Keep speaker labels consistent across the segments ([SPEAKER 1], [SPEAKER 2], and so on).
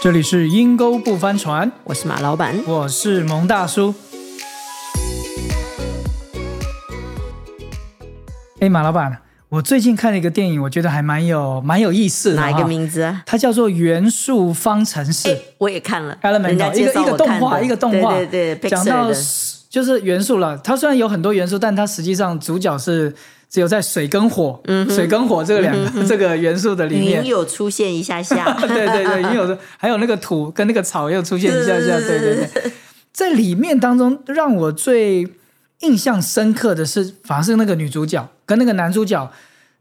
[SPEAKER 1] 这里是阴沟不翻船，
[SPEAKER 2] 我是马老板。
[SPEAKER 1] 我是啊蒙大叔。哎，马老板，我最近看了一个电影，我觉得还蛮有蛮有意思的。
[SPEAKER 2] 哪一个？名字啊？哎
[SPEAKER 1] 它叫做《元素方程式》
[SPEAKER 2] 我也看了，人家
[SPEAKER 1] Elemental，一
[SPEAKER 2] 介
[SPEAKER 1] 个
[SPEAKER 2] 绍
[SPEAKER 1] 一个
[SPEAKER 2] 我
[SPEAKER 1] 动
[SPEAKER 2] 看
[SPEAKER 1] 画，
[SPEAKER 2] 的
[SPEAKER 1] 一个动画，
[SPEAKER 2] 对对对，
[SPEAKER 1] 讲
[SPEAKER 2] Pixar
[SPEAKER 1] 到
[SPEAKER 2] 的
[SPEAKER 1] 是就是元素了。它虽然有很多元素，但它实际上主角是只有在水跟火，嗯、水跟火这个两个、这个元素的里面
[SPEAKER 2] 云，有出现一下下，
[SPEAKER 1] 对对对，也有的，还有那个土跟那个草又出现一下下，对对对，在里面当中让我最印象深刻的是，反而是那个女主角跟那个男主角，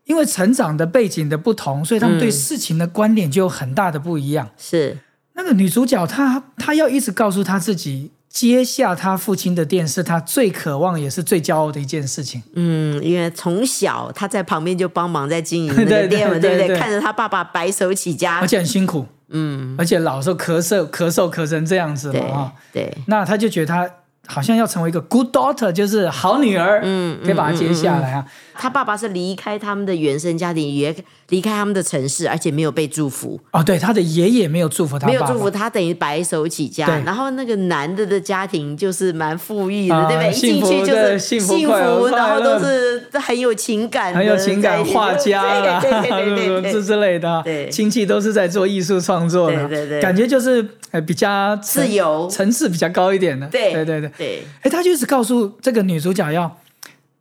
[SPEAKER 1] 因为成长的背景的不同，所以他们对事情的观点就有很大的不一样。
[SPEAKER 2] 是
[SPEAKER 1] 那个女主角她她要一直告诉她自己，接下她父亲的店是她最渴望也是最骄傲的一件事情。
[SPEAKER 2] 嗯，因为从小他在旁边就帮忙在经营那
[SPEAKER 1] 对对
[SPEAKER 2] 个店嘛，
[SPEAKER 1] 对
[SPEAKER 2] 不
[SPEAKER 1] 对
[SPEAKER 2] 对？看着他爸爸白手起家
[SPEAKER 1] 而，且很辛苦，
[SPEAKER 2] 嗯，
[SPEAKER 1] 而且老时候咳嗽咳嗽咳成这样子嘛
[SPEAKER 2] 对
[SPEAKER 1] 啊。
[SPEAKER 2] 对，
[SPEAKER 1] 那他就觉得他好像要成为一个 good daughter，就是好女儿，
[SPEAKER 2] 嗯
[SPEAKER 1] 可以把她接下来啊。
[SPEAKER 2] 他爸爸是离开他们的原生家庭，也离开他们的城市，而且没有被祝福，
[SPEAKER 1] 哦，对，他的爷爷没有祝福他爸
[SPEAKER 2] 嗯没
[SPEAKER 1] 爸，
[SPEAKER 2] 有祝福他，等于白手起家
[SPEAKER 1] 对。
[SPEAKER 2] 然后那个男的的家庭就是蛮富裕的，
[SPEAKER 1] 啊
[SPEAKER 2] 对不对？一
[SPEAKER 1] 幸
[SPEAKER 2] 进
[SPEAKER 1] 福
[SPEAKER 2] 去就
[SPEAKER 1] 的
[SPEAKER 2] 是
[SPEAKER 1] 幸福
[SPEAKER 2] 幸
[SPEAKER 1] 快乐
[SPEAKER 2] 然后都是很有情感的，
[SPEAKER 1] 很有情感，
[SPEAKER 2] 在一起
[SPEAKER 1] 画家啊啦，
[SPEAKER 2] 对对对对
[SPEAKER 1] 这
[SPEAKER 2] 对对，
[SPEAKER 1] 之类的啊
[SPEAKER 2] 对，
[SPEAKER 1] 亲戚都是在做艺术创作的，
[SPEAKER 2] 对对对
[SPEAKER 1] 感觉就是呃比较
[SPEAKER 2] 自由
[SPEAKER 1] 层次比较高一点的，
[SPEAKER 2] 对
[SPEAKER 1] 对对对。
[SPEAKER 2] 对
[SPEAKER 1] 哎，他就是告诉这个女主角要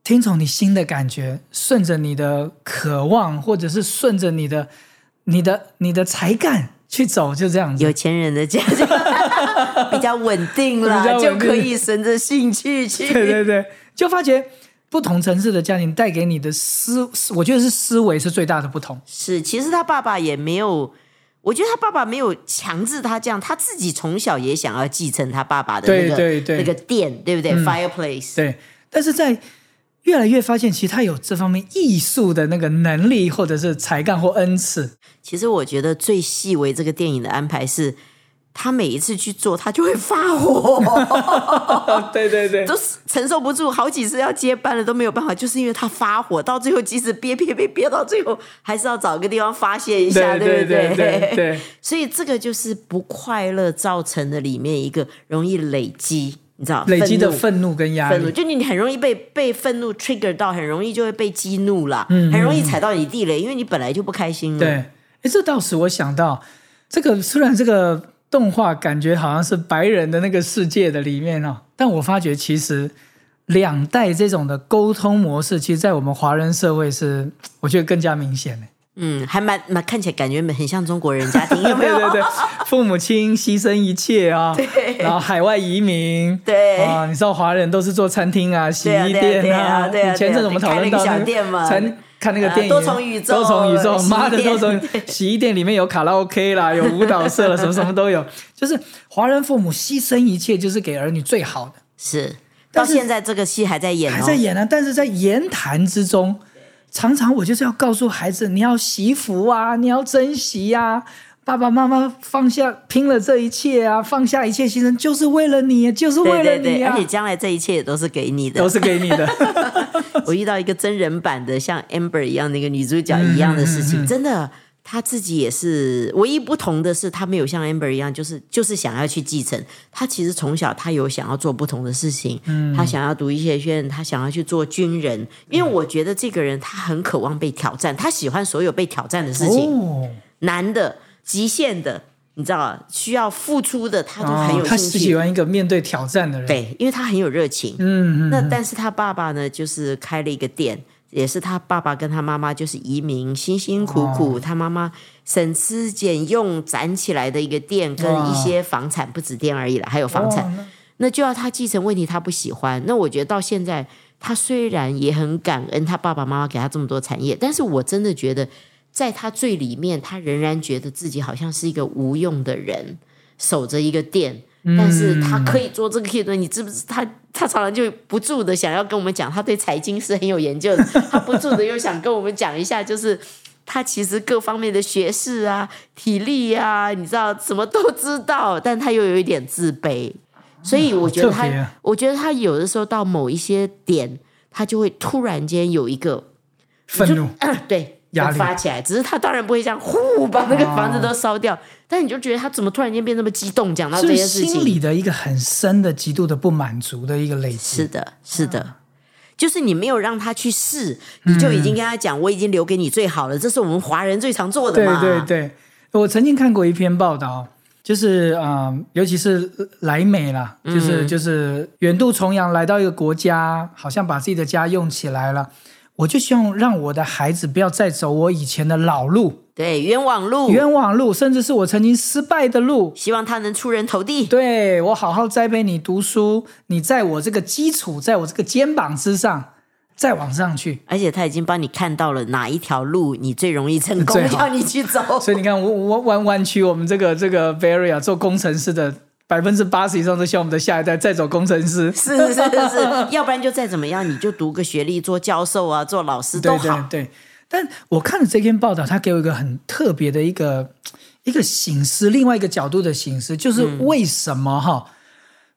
[SPEAKER 1] 听从你心的感觉，顺着你的渴望，或者是顺着你的、你的、你的才干去走，就这样子。
[SPEAKER 2] 有钱人的家庭比较稳定
[SPEAKER 1] 比较
[SPEAKER 2] 了，
[SPEAKER 1] 稳
[SPEAKER 2] 就
[SPEAKER 1] 定
[SPEAKER 2] 可以顺着兴趣
[SPEAKER 1] 对
[SPEAKER 2] 去。
[SPEAKER 1] 对对，就发觉不同层次的家庭带给你的思，思我觉得是思维是最大的不同。
[SPEAKER 2] 是，其实他爸爸也没有。我觉得他爸爸没有强制他这样，他自己从小也想要继承他爸爸的那个
[SPEAKER 1] 对对对嗯
[SPEAKER 2] 那个店，对不对、f i r e p l a c e
[SPEAKER 1] 对，但是在越来越发现，其实他有这方面艺术的那个能力，或者是才干或恩赐。
[SPEAKER 2] 其实我觉得最细微这个电影的安排是，他每一次去做，他就会发 火，
[SPEAKER 1] 对对对
[SPEAKER 2] 都承受不住，好几次要接班了都没有办法，就是因为他发火，到最后即使憋憋憋憋到最后，还是要找个地方发泄一下，
[SPEAKER 1] 对对
[SPEAKER 2] 不
[SPEAKER 1] 对对对。
[SPEAKER 2] 所以这个就是不快乐造成的里面一个容易累积，你知道
[SPEAKER 1] 累积的
[SPEAKER 2] 愤怒
[SPEAKER 1] 愤怒跟压
[SPEAKER 2] 愤怒，
[SPEAKER 1] 力，
[SPEAKER 2] 就你很容易被被愤怒 trigger 到，很容易就会被激怒啦，很容易踩到你地雷，因为你本来就不开心了。
[SPEAKER 1] 嗯对，哎，这倒使我想到，这个虽然这个动画感觉好像是白人的那个世界的里面哦，但我发觉其实两代这种的沟通模式，其实，在我们华人社会是，我觉得更加明显的。
[SPEAKER 2] 嗯，还蛮蛮看起来感觉很像中国人家庭，有没
[SPEAKER 1] 对
[SPEAKER 2] 有？
[SPEAKER 1] 对对，父母亲牺牲一切啊，然后海外移民，
[SPEAKER 2] 对
[SPEAKER 1] 啊，你知道华人都是做餐厅啊、洗衣店
[SPEAKER 2] 对啊对啊对啊对啊
[SPEAKER 1] 以前阵子我们讨论到那
[SPEAKER 2] 开了个小店
[SPEAKER 1] 个
[SPEAKER 2] 嘛
[SPEAKER 1] 餐。看那个电影《
[SPEAKER 2] 啊多重宇宙
[SPEAKER 1] 多重宇宙，
[SPEAKER 2] 洗衣店
[SPEAKER 1] 妈的多 重宇，洗衣店里面有卡拉 OK 啦，有舞蹈社了，什么什么都有。就是华人父母牺牲一切，就是给儿女最好的。
[SPEAKER 2] 是，
[SPEAKER 1] 但
[SPEAKER 2] 到
[SPEAKER 1] 是
[SPEAKER 2] 现在这个戏还在演哦，
[SPEAKER 1] 还在演呢、啊但是在言谈之中，常常我就是要告诉孩子，你要惜福啊，你要珍惜呀、爸爸妈妈放下拼了这一切啊，放下一切牺牲，就是为了你，就是为
[SPEAKER 2] 对
[SPEAKER 1] 了
[SPEAKER 2] 对
[SPEAKER 1] 你
[SPEAKER 2] 对，
[SPEAKER 1] 啊，
[SPEAKER 2] 而且将来这一切也都是给你 的
[SPEAKER 1] 都。是给你 的。
[SPEAKER 2] 我遇到一个真人版的像 Amber 一样的一个女主角一样的事
[SPEAKER 1] 嗯
[SPEAKER 2] 情，真的。她自己也是，唯一不同的是，她没有像 Amber 一样，就是就是想要去继承。她其实从小她有想要做不同的事情，嗯，她想要读医学学院，她想要去做军人，因为我觉得这个人她很渴望被挑战，她喜欢所有被挑战的事情。
[SPEAKER 1] 哦，
[SPEAKER 2] 难的、极限的，你知道，需要付出的，他都
[SPEAKER 1] 哦
[SPEAKER 2] 很有
[SPEAKER 1] 他
[SPEAKER 2] 兴
[SPEAKER 1] 喜
[SPEAKER 2] 趣。
[SPEAKER 1] 欢一个面对挑战的人。
[SPEAKER 2] 对，因为他很有热情。
[SPEAKER 1] 嗯，嗯
[SPEAKER 2] 那但是他爸爸呢，就是开了一个店，也是他爸爸跟他妈妈就是移民，辛辛苦苦，
[SPEAKER 1] 哦
[SPEAKER 2] 他妈妈省吃俭用攒起来的一个店，跟
[SPEAKER 1] 哇
[SPEAKER 2] 一些房产不止店而已了，还有房产。
[SPEAKER 1] 哦
[SPEAKER 2] 那就要他继承问题，他不喜欢。那我觉得到现在，他虽然也很感恩他爸爸妈妈给他这么多产业，但是我真的觉得，在他最里面，他仍然觉得自己好像是一个无用的人，守着一个店。但是他可以做这个，可以做。你知不知？他他常常就不住的想要跟我们讲，他对财经是很有研究的。他不住的又想跟我们讲一下，就是他其实各方面的学识啊、体力啊，你知道什么都知道，但他又有一点自卑，所以我觉得
[SPEAKER 1] 好
[SPEAKER 2] 他，
[SPEAKER 1] 特别啊
[SPEAKER 2] 我觉得他有的时候到某一些点，他就会突然间有一个呃
[SPEAKER 1] 愤怒，
[SPEAKER 2] 对
[SPEAKER 1] 压力
[SPEAKER 2] 发起来，只是他当然不会这样呼把那个房子都烧掉，但你就觉得他怎么突然间变那么激动，讲到这
[SPEAKER 1] 是
[SPEAKER 2] 些事
[SPEAKER 1] 心
[SPEAKER 2] 情。
[SPEAKER 1] 里的一个很深的、极度的不满足的一个累积。
[SPEAKER 2] 是的，是的，就是你没有让他去试，你就已经跟他讲，我已经留给你最好了，这是我们华人最常做的
[SPEAKER 1] 对
[SPEAKER 2] 嘛。
[SPEAKER 1] 对对，我曾经看过一篇报道，就是啊、呃尤其是来美啦，
[SPEAKER 2] 嗯
[SPEAKER 1] 就是、就是远渡重洋来到一个国家，好像把自己的家用起来了。我就希望让我的孩子不要再走我以前的老路、
[SPEAKER 2] 对冤枉路，
[SPEAKER 1] 冤枉路，甚至是我曾经失败的路。
[SPEAKER 2] 希望他能出人头地。
[SPEAKER 1] 对我好好栽培你读书，你在我这个基础，在我这个肩膀之上，再往上去。
[SPEAKER 2] 而且他已经帮你看到了哪一条路你最容易成功
[SPEAKER 1] 最，好
[SPEAKER 2] 要你去走。
[SPEAKER 1] 所以你看，我我湾湾区我们这个这个 barrier 做工程师的百分之八十以上都希望我们的下一代再走工程师。
[SPEAKER 2] 是 是是是，要不然就再怎么样，你就读个学历，做教授啊，做老师
[SPEAKER 1] 对
[SPEAKER 2] 都
[SPEAKER 1] 对
[SPEAKER 2] 好。
[SPEAKER 1] 对。但我看了这篇报道，它给我一个很特别的一个一个醒思，另外一个角度的醒思，就是
[SPEAKER 2] 嗯
[SPEAKER 1] 为什么哈、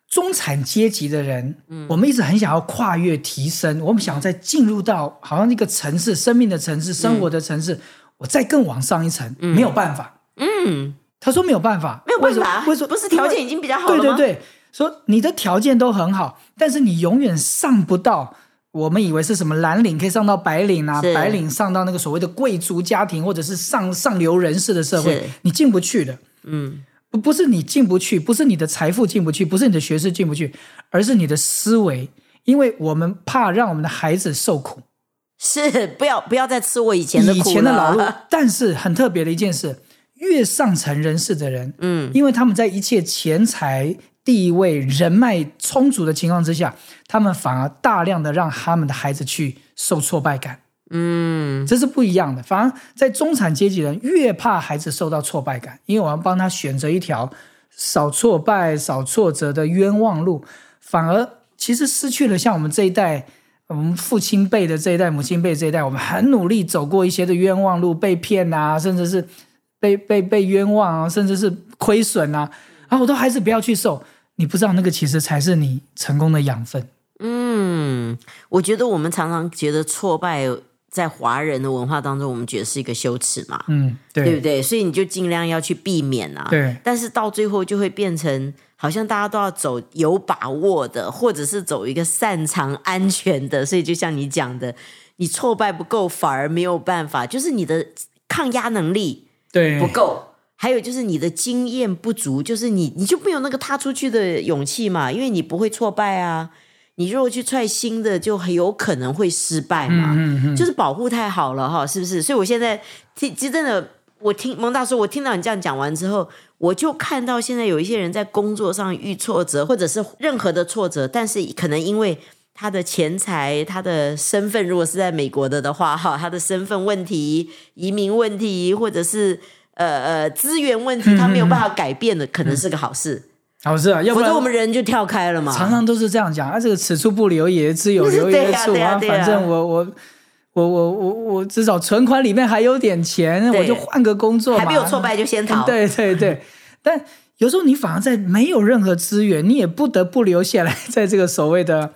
[SPEAKER 1] 中产阶级的人，
[SPEAKER 2] 嗯
[SPEAKER 1] 我们一直很想要跨越提升，我们想要再进入到好像一个城市、生命的城
[SPEAKER 2] 嗯
[SPEAKER 1] 市、生活的城市，我再更往上一层，没有办法。
[SPEAKER 2] 嗯，
[SPEAKER 1] 他说没有办法，
[SPEAKER 2] 没有办
[SPEAKER 1] 为
[SPEAKER 2] 法，
[SPEAKER 1] 什么？为什么
[SPEAKER 2] 不是条件已经比较好了
[SPEAKER 1] 对
[SPEAKER 2] 吗？
[SPEAKER 1] 对对，说你的条件都很好，但是你永远上不到。我们以为是什么蓝领可以上到白领啊，
[SPEAKER 2] 是
[SPEAKER 1] 白领上到那个所谓的贵族家庭或者是上上流人士的社
[SPEAKER 2] 是
[SPEAKER 1] 会，你进不去的。
[SPEAKER 2] 嗯，
[SPEAKER 1] 不不是你进不去，不是你的财富进不去，不是你的学识进不去，而是你的思维，因为我们怕让我们的孩子受苦，
[SPEAKER 2] 是不要不要再吃我以前的苦
[SPEAKER 1] 以
[SPEAKER 2] 了。
[SPEAKER 1] 前的老路。但是很特别的一件事，越上层人士的人，
[SPEAKER 2] 嗯，
[SPEAKER 1] 因为他们在一切钱财、地位、人脉充足的情况之下，他们反而大量的让他们的孩子去受挫败感，
[SPEAKER 2] 嗯
[SPEAKER 1] 这是不一样的。反而在中产阶级人越怕孩子受到挫败感，因为我要帮他选择一条少挫败、少挫折的冤枉路，反而其实失去了像我们这一代。我们父亲辈的这一代、母亲辈这一代，我们很努力走过一些的冤枉路，被骗啊，甚至是被被被冤枉啊，甚至是亏损啊，啊，我都还是不要去受。你不知道那个其实才是你成功的养分。
[SPEAKER 2] 嗯，我觉得我们常常觉得挫败，在华人的文化当中，我们觉得是一个羞耻嘛，
[SPEAKER 1] 嗯，
[SPEAKER 2] 对不
[SPEAKER 1] 对
[SPEAKER 2] 对？所以你就尽量要去避免啊。
[SPEAKER 1] 对
[SPEAKER 2] 但是到最后就会变成，好像大家都要走有把握的，或者是走一个擅长、安全的。所以就像你讲的，你挫败不够，反而没有办法，就是你的抗压能力
[SPEAKER 1] 对，
[SPEAKER 2] 不够。还有就是你的经验不足，就是你你就没有那个踏出去的勇气嘛，因为你不会挫败啊。你如果去踹新的，就很有可能会失败嘛。
[SPEAKER 1] 嗯嗯嗯，
[SPEAKER 2] 就是保护太好了哈，是不是？所以我现在听，其实真的，我听蒙大叔，我听到你这样讲完之后，我就看到现在有一些人在工作上遇挫折，或者是任何的挫折，但是可能因为他的钱财、他的身份，如果是在美国的的话，哈，他的身份问题、移民问题，或者是。呃呃，资源问题他没有办法改变的，可能是个好事，
[SPEAKER 1] 好事啊，要不
[SPEAKER 2] 否
[SPEAKER 1] 然
[SPEAKER 2] 则我们人就跳开了嘛。
[SPEAKER 1] 常常都是这样讲啊，这个此处不留爷，自有留
[SPEAKER 2] 对
[SPEAKER 1] 爷
[SPEAKER 2] 呀
[SPEAKER 1] 处啊
[SPEAKER 2] 对呀对呀啊
[SPEAKER 1] 反正我我。我我我我至少存款里面还有点钱，
[SPEAKER 2] 对
[SPEAKER 1] 我就换个工作嘛。嗯
[SPEAKER 2] 还没有挫败就先逃，
[SPEAKER 1] 对对 对，但有时候你反而在没有任何资源，你也不得不留下来，在这个所谓的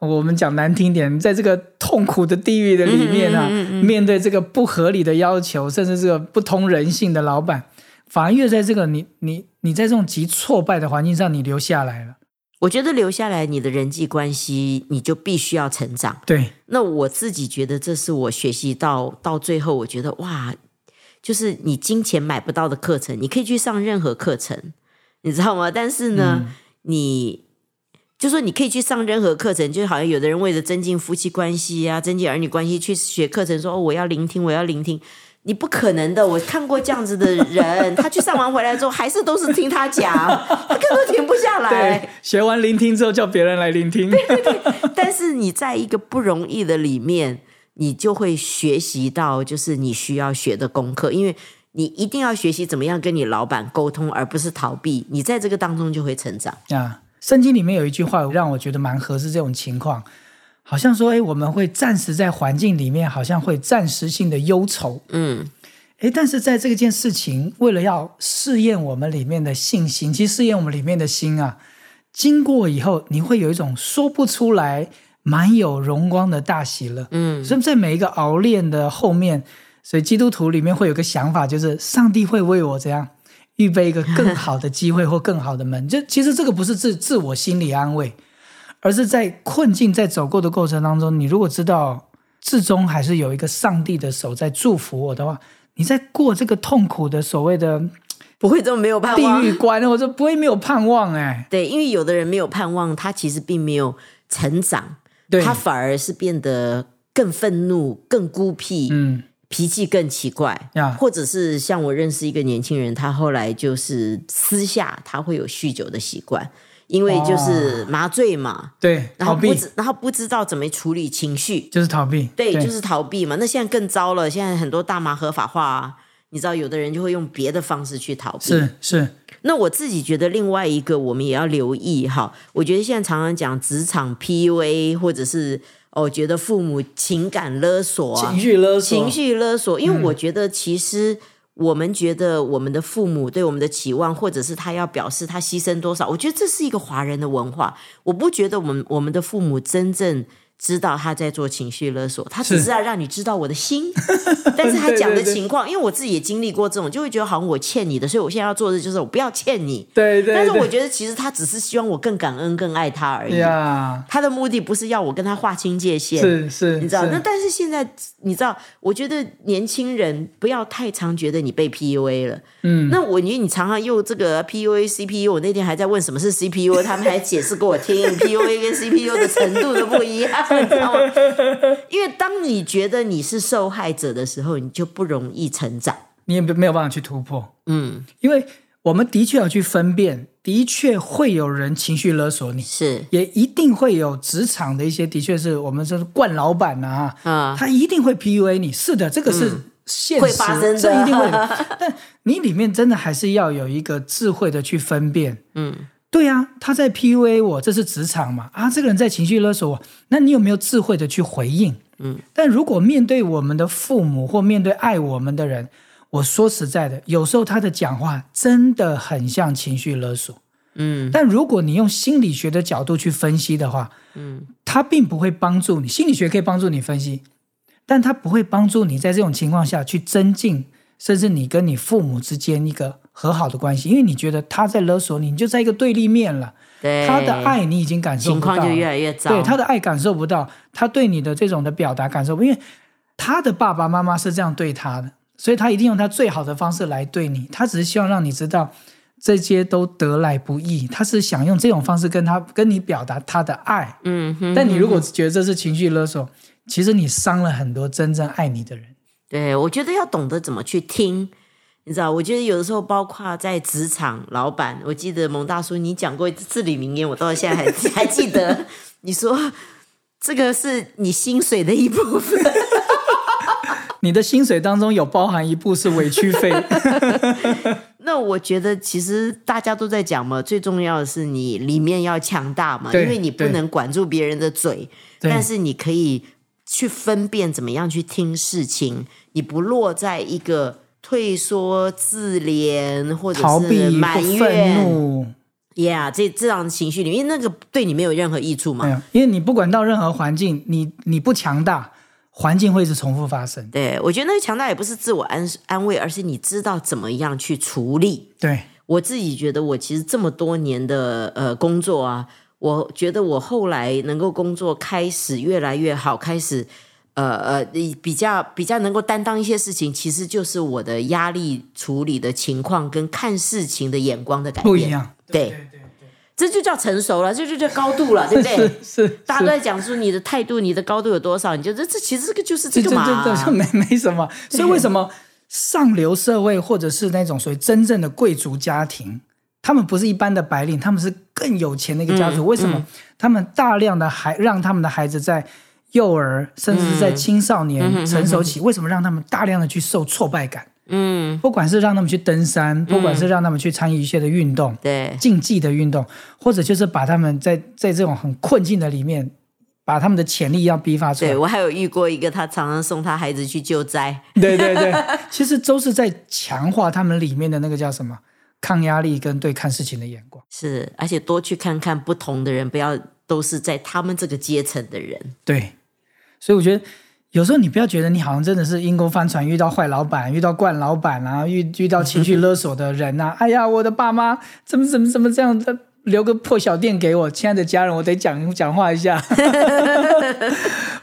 [SPEAKER 1] 我们讲难听点，在这个痛苦的地狱的里面
[SPEAKER 2] 嗯
[SPEAKER 1] 啊，面对这个不合理的要求，甚至这个不通人性的老板，反而越在这个你你你在这种极挫败的环境上，你留下来了。
[SPEAKER 2] 我觉得留下来你的人际关系，你就必须要成长。
[SPEAKER 1] 对，
[SPEAKER 2] 那我自己觉得，这是我学习到到最后，我觉得哇，就是你金钱买不到的课程，你可以去上任何课程，你知道吗？但是呢，你就说你可以去上任何课程，就好像有的人为了增进夫妻关系啊、增进儿女关系去学课程说，哦，我要聆听，我要聆听。你不可能的，我看过这样子的人，他去上完回来之后，还是都是听他讲，他根本停不下来
[SPEAKER 1] 对。，学完聆听之后，叫别人来聆听。
[SPEAKER 2] 但是你在一个不容易的里面，你就会学习到就是你需要学的功课，因为你一定要学习怎么样跟你老板沟通，而不是逃避。你在这个当中就会成长。
[SPEAKER 1] 啊，圣经里面有一句话让我觉得蛮合适这种情况，好像说，哎，我们会暂时在环境里面，好像会暂时性的忧愁，
[SPEAKER 2] 嗯，
[SPEAKER 1] 哎，但是在这件事情，为了要试验我们里面的信心，其实试验我们里面的心啊，经过以后，你会有一种说不出来、满有荣光的大喜乐。嗯，所以在每一个熬炼的后面，所以基督徒里面会有个想法，就是上帝会为我怎样预备一个更好的机会或更好的门。就其实这个不是自自我心理安慰，而是在困境在走过的过程当中，你如果知道至终还是有一个上帝的手在祝福我的话，你在过这个痛苦的所谓的
[SPEAKER 2] 不会这么没有盼
[SPEAKER 1] 地
[SPEAKER 2] 望。
[SPEAKER 1] 狱关，我说不会没有盼望哎、
[SPEAKER 2] 对，因为有的人没有盼望，他其实并没有成长，
[SPEAKER 1] 对，
[SPEAKER 2] 他反而是变得更愤怒、更孤僻，
[SPEAKER 1] 嗯
[SPEAKER 2] 脾气更奇怪。
[SPEAKER 1] 呀，
[SPEAKER 2] 或者是像我认识一个年轻人，他后来就是私下他会有酗酒的习惯，因为就是麻醉嘛，
[SPEAKER 1] 对，
[SPEAKER 2] 然
[SPEAKER 1] 逃
[SPEAKER 2] 后不
[SPEAKER 1] 避
[SPEAKER 2] 知然后不知道怎么处理情绪，
[SPEAKER 1] 就是逃避，
[SPEAKER 2] 对，就是逃避嘛。那现在更糟了，现在很多大麻合法化、啊，你知道有的人就会用别的方式去逃避。
[SPEAKER 1] 是是，
[SPEAKER 2] 那我自己觉得另外一个我们也要留意哈，我觉得现在常常讲职场 PUA 或者是哦，觉得父母情感勒索啊，
[SPEAKER 1] 情绪勒索，
[SPEAKER 2] 情绪勒索，因为嗯我觉得其实我们觉得我们的父母对我们的期望，或者是他要表示他牺牲多少，我觉得这是一个华人的文化。我不觉得我们我们的父母真正知道他在做情绪勒索，他只
[SPEAKER 1] 是
[SPEAKER 2] 是要让你知道我的心，但是他讲的情况，因为我自己也经历过这种，就会觉得好像我欠你的，所以我现在要做的就是我不要欠你。
[SPEAKER 1] 对对，
[SPEAKER 2] 但是
[SPEAKER 1] 对
[SPEAKER 2] 我觉得其实他只是希望我更感恩、更爱他而已。
[SPEAKER 1] 呀，
[SPEAKER 2] 他的目的不是要我跟他划清界限，
[SPEAKER 1] 是是，
[SPEAKER 2] 你知道？
[SPEAKER 1] 是
[SPEAKER 2] 那但是现在，你知道，我觉得年轻人不要太常觉得你被 PUA 了。
[SPEAKER 1] 嗯，
[SPEAKER 2] 那我觉得你常常用这个 PUA、CPU，我那天还在问什么是 CPU，他们还解释给我听 PUA 跟 CPU 的程度都不一样，你知道吗？因为当你觉得你是受害者的时候，你就不容易成长。
[SPEAKER 1] 你也没有办法去突破，
[SPEAKER 2] 嗯，
[SPEAKER 1] 因为我们的确要去分辨，的确会有人情绪勒索你，
[SPEAKER 2] 是
[SPEAKER 1] 也一定会有职场的一些，的确是我们说是惯老板啊，
[SPEAKER 2] 啊、嗯
[SPEAKER 1] 他一定会 PUA 你，是的，这个是现实，
[SPEAKER 2] 会发生的
[SPEAKER 1] 这一定 会的。但你里面真的还是要有一个智慧的去分辨。
[SPEAKER 2] 嗯，
[SPEAKER 1] 对啊，他在 PUA 我，这是职场嘛？啊，这个人在情绪勒索我，那你有没有智慧的去回应？
[SPEAKER 2] 嗯，
[SPEAKER 1] 但如果面对我们的父母或面对爱我们的人，我说实在的，有时候他的讲话真的很像情绪勒索。
[SPEAKER 2] 嗯
[SPEAKER 1] 但如果你用心理学的角度去分析的话，
[SPEAKER 2] 嗯，
[SPEAKER 1] 它并不会帮助你。心理学可以帮助你分析，但它不会帮助你在这种情况下去增进，甚至你跟你父母之间一个和好的关系，因为你觉得他在勒索你，你就在一个对立面了。
[SPEAKER 2] 对，
[SPEAKER 1] 他的爱你已经感受
[SPEAKER 2] 情
[SPEAKER 1] 不到
[SPEAKER 2] 况
[SPEAKER 1] 了，
[SPEAKER 2] 就越来越糟。
[SPEAKER 1] 对他的爱感受不到，他对你的这种的表达感受不，因为他的爸爸妈妈是这样对他的，所以他一定用他最好的方式来对你。他只是希望让你知道这些都得来不易，他是想用这种方式跟他跟你表达他的爱。
[SPEAKER 2] 嗯哼，
[SPEAKER 1] 但你如果觉得这是情绪勒索，其实你伤了很多真正爱你的人。
[SPEAKER 2] 对，我觉得要懂得怎么去听，你知道，我觉得有的时候，包括在职场，老板，我记得蒙大叔你讲过至理名言，我到现在还 还记得，你说这个是你薪水的一部分，
[SPEAKER 1] 你的薪水当中有包含一部是委屈 费，
[SPEAKER 2] 那我觉得其实大家都在讲嘛，最重要的是你里面要强大嘛，
[SPEAKER 1] 对
[SPEAKER 2] 因为你不
[SPEAKER 1] 对
[SPEAKER 2] 能管住别人的嘴，
[SPEAKER 1] 对
[SPEAKER 2] 但是你可以去分辨怎么样去听事情，你不落在一个退缩、自怜或者
[SPEAKER 1] 逃避
[SPEAKER 2] 是
[SPEAKER 1] 或
[SPEAKER 2] 埋
[SPEAKER 1] 愤
[SPEAKER 2] 怨。
[SPEAKER 1] 怒。
[SPEAKER 2] Yeah，这这样的情绪里面，因为那个对你没有任何益处嘛。
[SPEAKER 1] 嗯，因为你不管到任何环境，你你不强大，环境会一直重复发生。
[SPEAKER 2] 对，我觉得那个强大也不是自我安安慰，而是你知道怎么样去处理。
[SPEAKER 1] 对，
[SPEAKER 2] 我自己觉得，我其实这么多年的呃工作啊，我觉得我后来能够工作开始越来越好，开始呃呃比较比较能够担当一些事情，其实就是我的压力处理的情况跟看事情的眼光的改变
[SPEAKER 1] 不一。样。
[SPEAKER 2] 对
[SPEAKER 1] 对对
[SPEAKER 2] 这就叫成熟了，这就叫高度了，对不对？
[SPEAKER 1] 对，是是，
[SPEAKER 2] 大家都在讲说你的态度、你的高度有多少，你就这这其实这个就是
[SPEAKER 1] 这
[SPEAKER 2] 这
[SPEAKER 1] 这
[SPEAKER 2] 个嘛，
[SPEAKER 1] 这这没没什么。所以为什么上流社会或者是那种所谓真正的贵族家庭，他们不是一般的白领，他们是更有钱的一个家族。
[SPEAKER 2] 嗯
[SPEAKER 1] 为什么他们大量的孩让他们的孩子在幼儿甚至
[SPEAKER 2] 嗯
[SPEAKER 1] 是在青少年成熟期，为什么让他们大量的去受挫败感？
[SPEAKER 2] 嗯，
[SPEAKER 1] 不管是让他们去登山，不管是让他们去参与一些的运动，
[SPEAKER 2] 对，
[SPEAKER 1] 竞技的运动，或者就是把他们在在这种很困境的里面，把他们的潜力要逼发出来
[SPEAKER 2] 对。我还有遇过一个，他常常送他孩子去救灾，
[SPEAKER 1] 对对对， 其实都是在强化他们里面的那个叫什么抗压力跟对看事情的眼光。
[SPEAKER 2] 是，而且多去看看不同的人，不要都是在他们这个阶层的人，
[SPEAKER 1] 对，所以我觉得有时候你不要觉得你好像真的是阴沟帆船，遇到坏老板，遇到惯老板啊，遇遇到情绪勒索的人啊，哎呀，我的爸妈怎么怎么怎么这样的，留个破小店给我，亲爱的家人，我得讲讲话一下。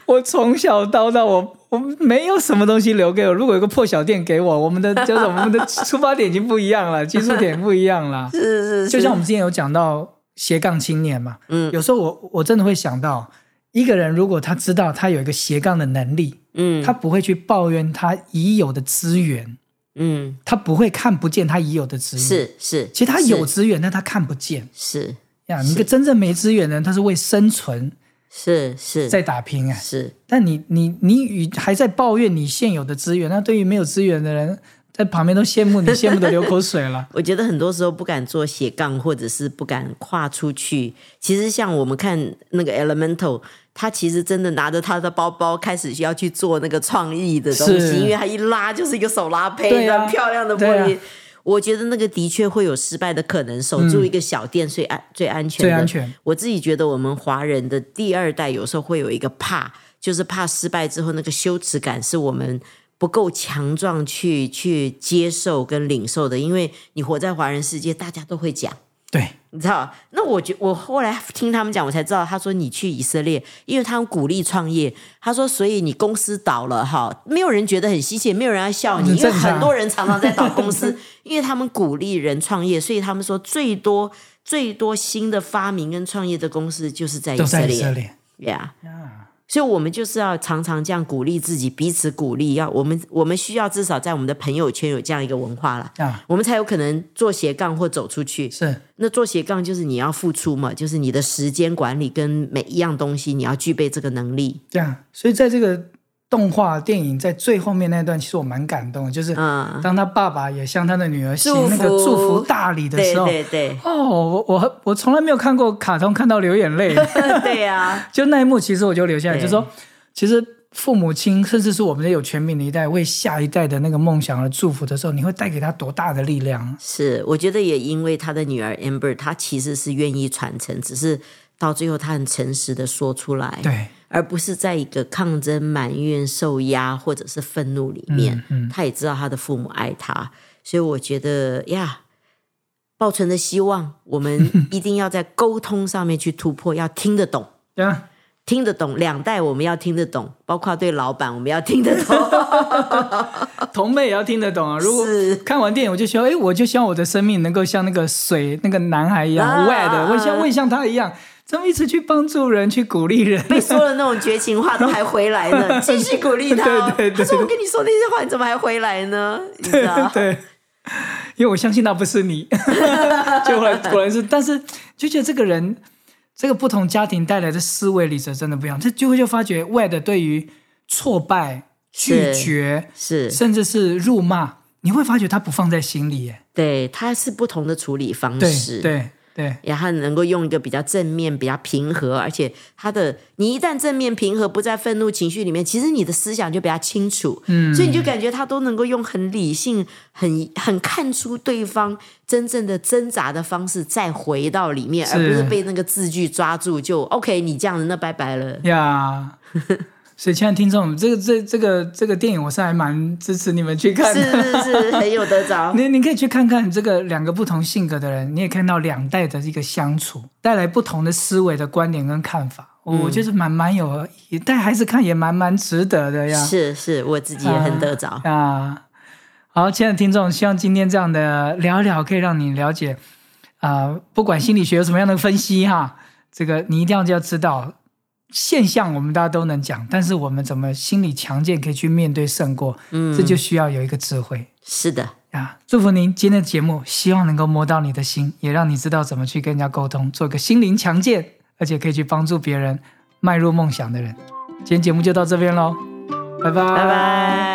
[SPEAKER 1] 我从小到大我，我没有什么东西留给我，如果有个破小店给我，我们的就是我们的出发点已经不一样了，接触点不一样了。
[SPEAKER 2] 是 是
[SPEAKER 1] 就像我们之前有讲到斜杠青年嘛，
[SPEAKER 2] 嗯
[SPEAKER 1] 有时候我我真的会想到，一个人如果他知道他有一个斜杠的能力，
[SPEAKER 2] 嗯
[SPEAKER 1] 他不会去抱怨他已有的资源，
[SPEAKER 2] 嗯
[SPEAKER 1] 他不会看不见他已有的资源。，
[SPEAKER 2] 是是，
[SPEAKER 1] 其实他
[SPEAKER 2] 是
[SPEAKER 1] 有资源，但他看不见
[SPEAKER 2] 是
[SPEAKER 1] 呀。你一个真正没资源的人，他是为生存
[SPEAKER 2] 是是
[SPEAKER 1] 在打拼哎。
[SPEAKER 2] 是。
[SPEAKER 1] 但你你你与还在抱怨你现有的资源，那对于没有资源的人，在旁边都羡慕你，羡慕的流口水了
[SPEAKER 2] 我觉得很多时候不敢做斜杠，或者是不敢跨出去。其实像我们看那个 Elemental，他其实真的拿着他的包包开始要去做那个创意的东
[SPEAKER 1] 是
[SPEAKER 2] 西，因为他一拉就是一个手拉胚，
[SPEAKER 1] 对啊
[SPEAKER 2] 很漂亮的玻
[SPEAKER 1] 对
[SPEAKER 2] 璃。我觉得那个的确会有失败的可能，守住一个小店最安、最安 全的
[SPEAKER 1] 嗯最安全。
[SPEAKER 2] 我自己觉得我们华人的第二代有时候会有一个怕，就是怕失败之后那个羞耻感是我们不够强壮去去接受跟领受的，因为你活在华人世界，大家都会讲。
[SPEAKER 1] 对，
[SPEAKER 2] 你知道？那我觉我后来听他们讲，我才知道，他说你去以色列，因为他们鼓励创业。他说，所以你公司倒了哈，没有人觉得很稀奇，没有人要笑你，
[SPEAKER 1] 很
[SPEAKER 2] 因为
[SPEAKER 1] 哦正常
[SPEAKER 2] 很多人常常在倒公 司，因为他们鼓励人创业，所以他们说最多最多新的发明跟创业的公司就是在
[SPEAKER 1] 都
[SPEAKER 2] 以色
[SPEAKER 1] 在以色
[SPEAKER 2] 列
[SPEAKER 1] 列。
[SPEAKER 2] ，Yeah。
[SPEAKER 1] 啊
[SPEAKER 2] 所以我们就是要常常这样鼓励自己，彼此鼓励。要我们我们需要至少在我们的朋友圈有这样一个文化啦，
[SPEAKER 1] 啊，
[SPEAKER 2] 我们才有可能做斜杠或走出去。
[SPEAKER 1] 是
[SPEAKER 2] 那做斜杠就是你要付出嘛，就是你的时间管理跟每一样东西，你要具备这个能力。
[SPEAKER 1] 这样。所以在这个动画电影在最后面那段，其实我蛮感动的，就是
[SPEAKER 2] 嗯，
[SPEAKER 1] 当他爸爸也向他的女儿写
[SPEAKER 2] 祝福
[SPEAKER 1] 那个祝福大礼的
[SPEAKER 2] 对
[SPEAKER 1] 时候，
[SPEAKER 2] 对 对
[SPEAKER 1] 哦，我我我从来没有看过卡通看到流眼 泪，
[SPEAKER 2] 对啊呀，
[SPEAKER 1] 就那一幕，其实我就留下来，
[SPEAKER 2] 对
[SPEAKER 1] 就说其实。父母亲，甚至是我们这有全民的一代，为下一代的那个梦想而祝福的时候，你会带给他多大的力量？
[SPEAKER 2] 是，我觉得也因为他的女儿 Amber，她其实是愿意传承，只是到最后她很诚实的说出来，
[SPEAKER 1] 对，
[SPEAKER 2] 而不是在一个抗争、埋怨、受压或者是愤怒里面。
[SPEAKER 1] 嗯，
[SPEAKER 2] 他也知道他的父母爱他，所以我觉得呀，抱存的希望，我们一定要在沟通上面去突破，要听得懂，
[SPEAKER 1] 对啊，
[SPEAKER 2] 听得懂两代我们要听得懂，包括对老板我们要听得懂，
[SPEAKER 1] 同辈也要听得懂啊。如果
[SPEAKER 2] 是
[SPEAKER 1] 看完电影，我就希望，哎，我就希望我的生命能够像那个水那个男孩一样
[SPEAKER 2] 啊
[SPEAKER 1] wet，我像
[SPEAKER 2] 啊
[SPEAKER 1] 我也像他一样，这么一直去帮助人，去鼓励人。
[SPEAKER 2] 被说了那种绝情话都还回 来呢，继续鼓励他哦。
[SPEAKER 1] 对对对。
[SPEAKER 2] 他说我跟你说那些话，你怎么还回来呢？你知道
[SPEAKER 1] 对，因为我相信那不是 你，就后来果然是，但是就觉得这个人，这个不同家庭带来的思维理则真的不一样。这就会就发觉 Wed 对于挫败、拒
[SPEAKER 2] 是
[SPEAKER 1] 绝，
[SPEAKER 2] 是，
[SPEAKER 1] 甚至是辱骂，你会发觉他不放在心里耶。
[SPEAKER 2] 对，他是不同的处理方
[SPEAKER 1] 对
[SPEAKER 2] 式，
[SPEAKER 1] 对对，
[SPEAKER 2] 然后能够用一个比较正面、比较平和，而且他的你一旦正面平和，不在愤怒情绪里面，其实你的思想就比较清楚，嗯，所以你就感觉他都能够用很理性、很很看出对方真正的挣扎的方式，再回到里面，而不是被那个字句抓住，就 OK，你这样子那拜拜了，
[SPEAKER 1] 呀。所以，亲爱的听众，这个、这、这个、这个电影，我是还蛮支持你们去看
[SPEAKER 2] 是
[SPEAKER 1] 的。
[SPEAKER 2] 是是，很有 得着，
[SPEAKER 1] 你你可以去看看这个两个不同性格的人，你也看到两代的一个相处，带来不同的思维的观点跟看法。
[SPEAKER 2] 嗯
[SPEAKER 1] 我我觉得蛮蛮有意义，带孩子看也蛮蛮值得的呀。
[SPEAKER 2] 是是，我自己也很得着，
[SPEAKER 1] 啊，好，亲爱的听众，希望今天这样的聊一聊，可以让你了解啊、不管心理学有什么样的分析哈，这个你一定要就要知道。现象我们大家都能讲，但是我们怎么心理强健可以去面对胜过，
[SPEAKER 2] 嗯，
[SPEAKER 1] 这就需要有一个智慧。
[SPEAKER 2] 是的，
[SPEAKER 1] 啊，祝福您今天的节目，希望能够摸到你的心，也让你知道怎么去跟人家沟通，做个心灵强健，而且可以去帮助别人迈入梦想的人。今天节目就到这边喽，拜拜，
[SPEAKER 2] 拜拜。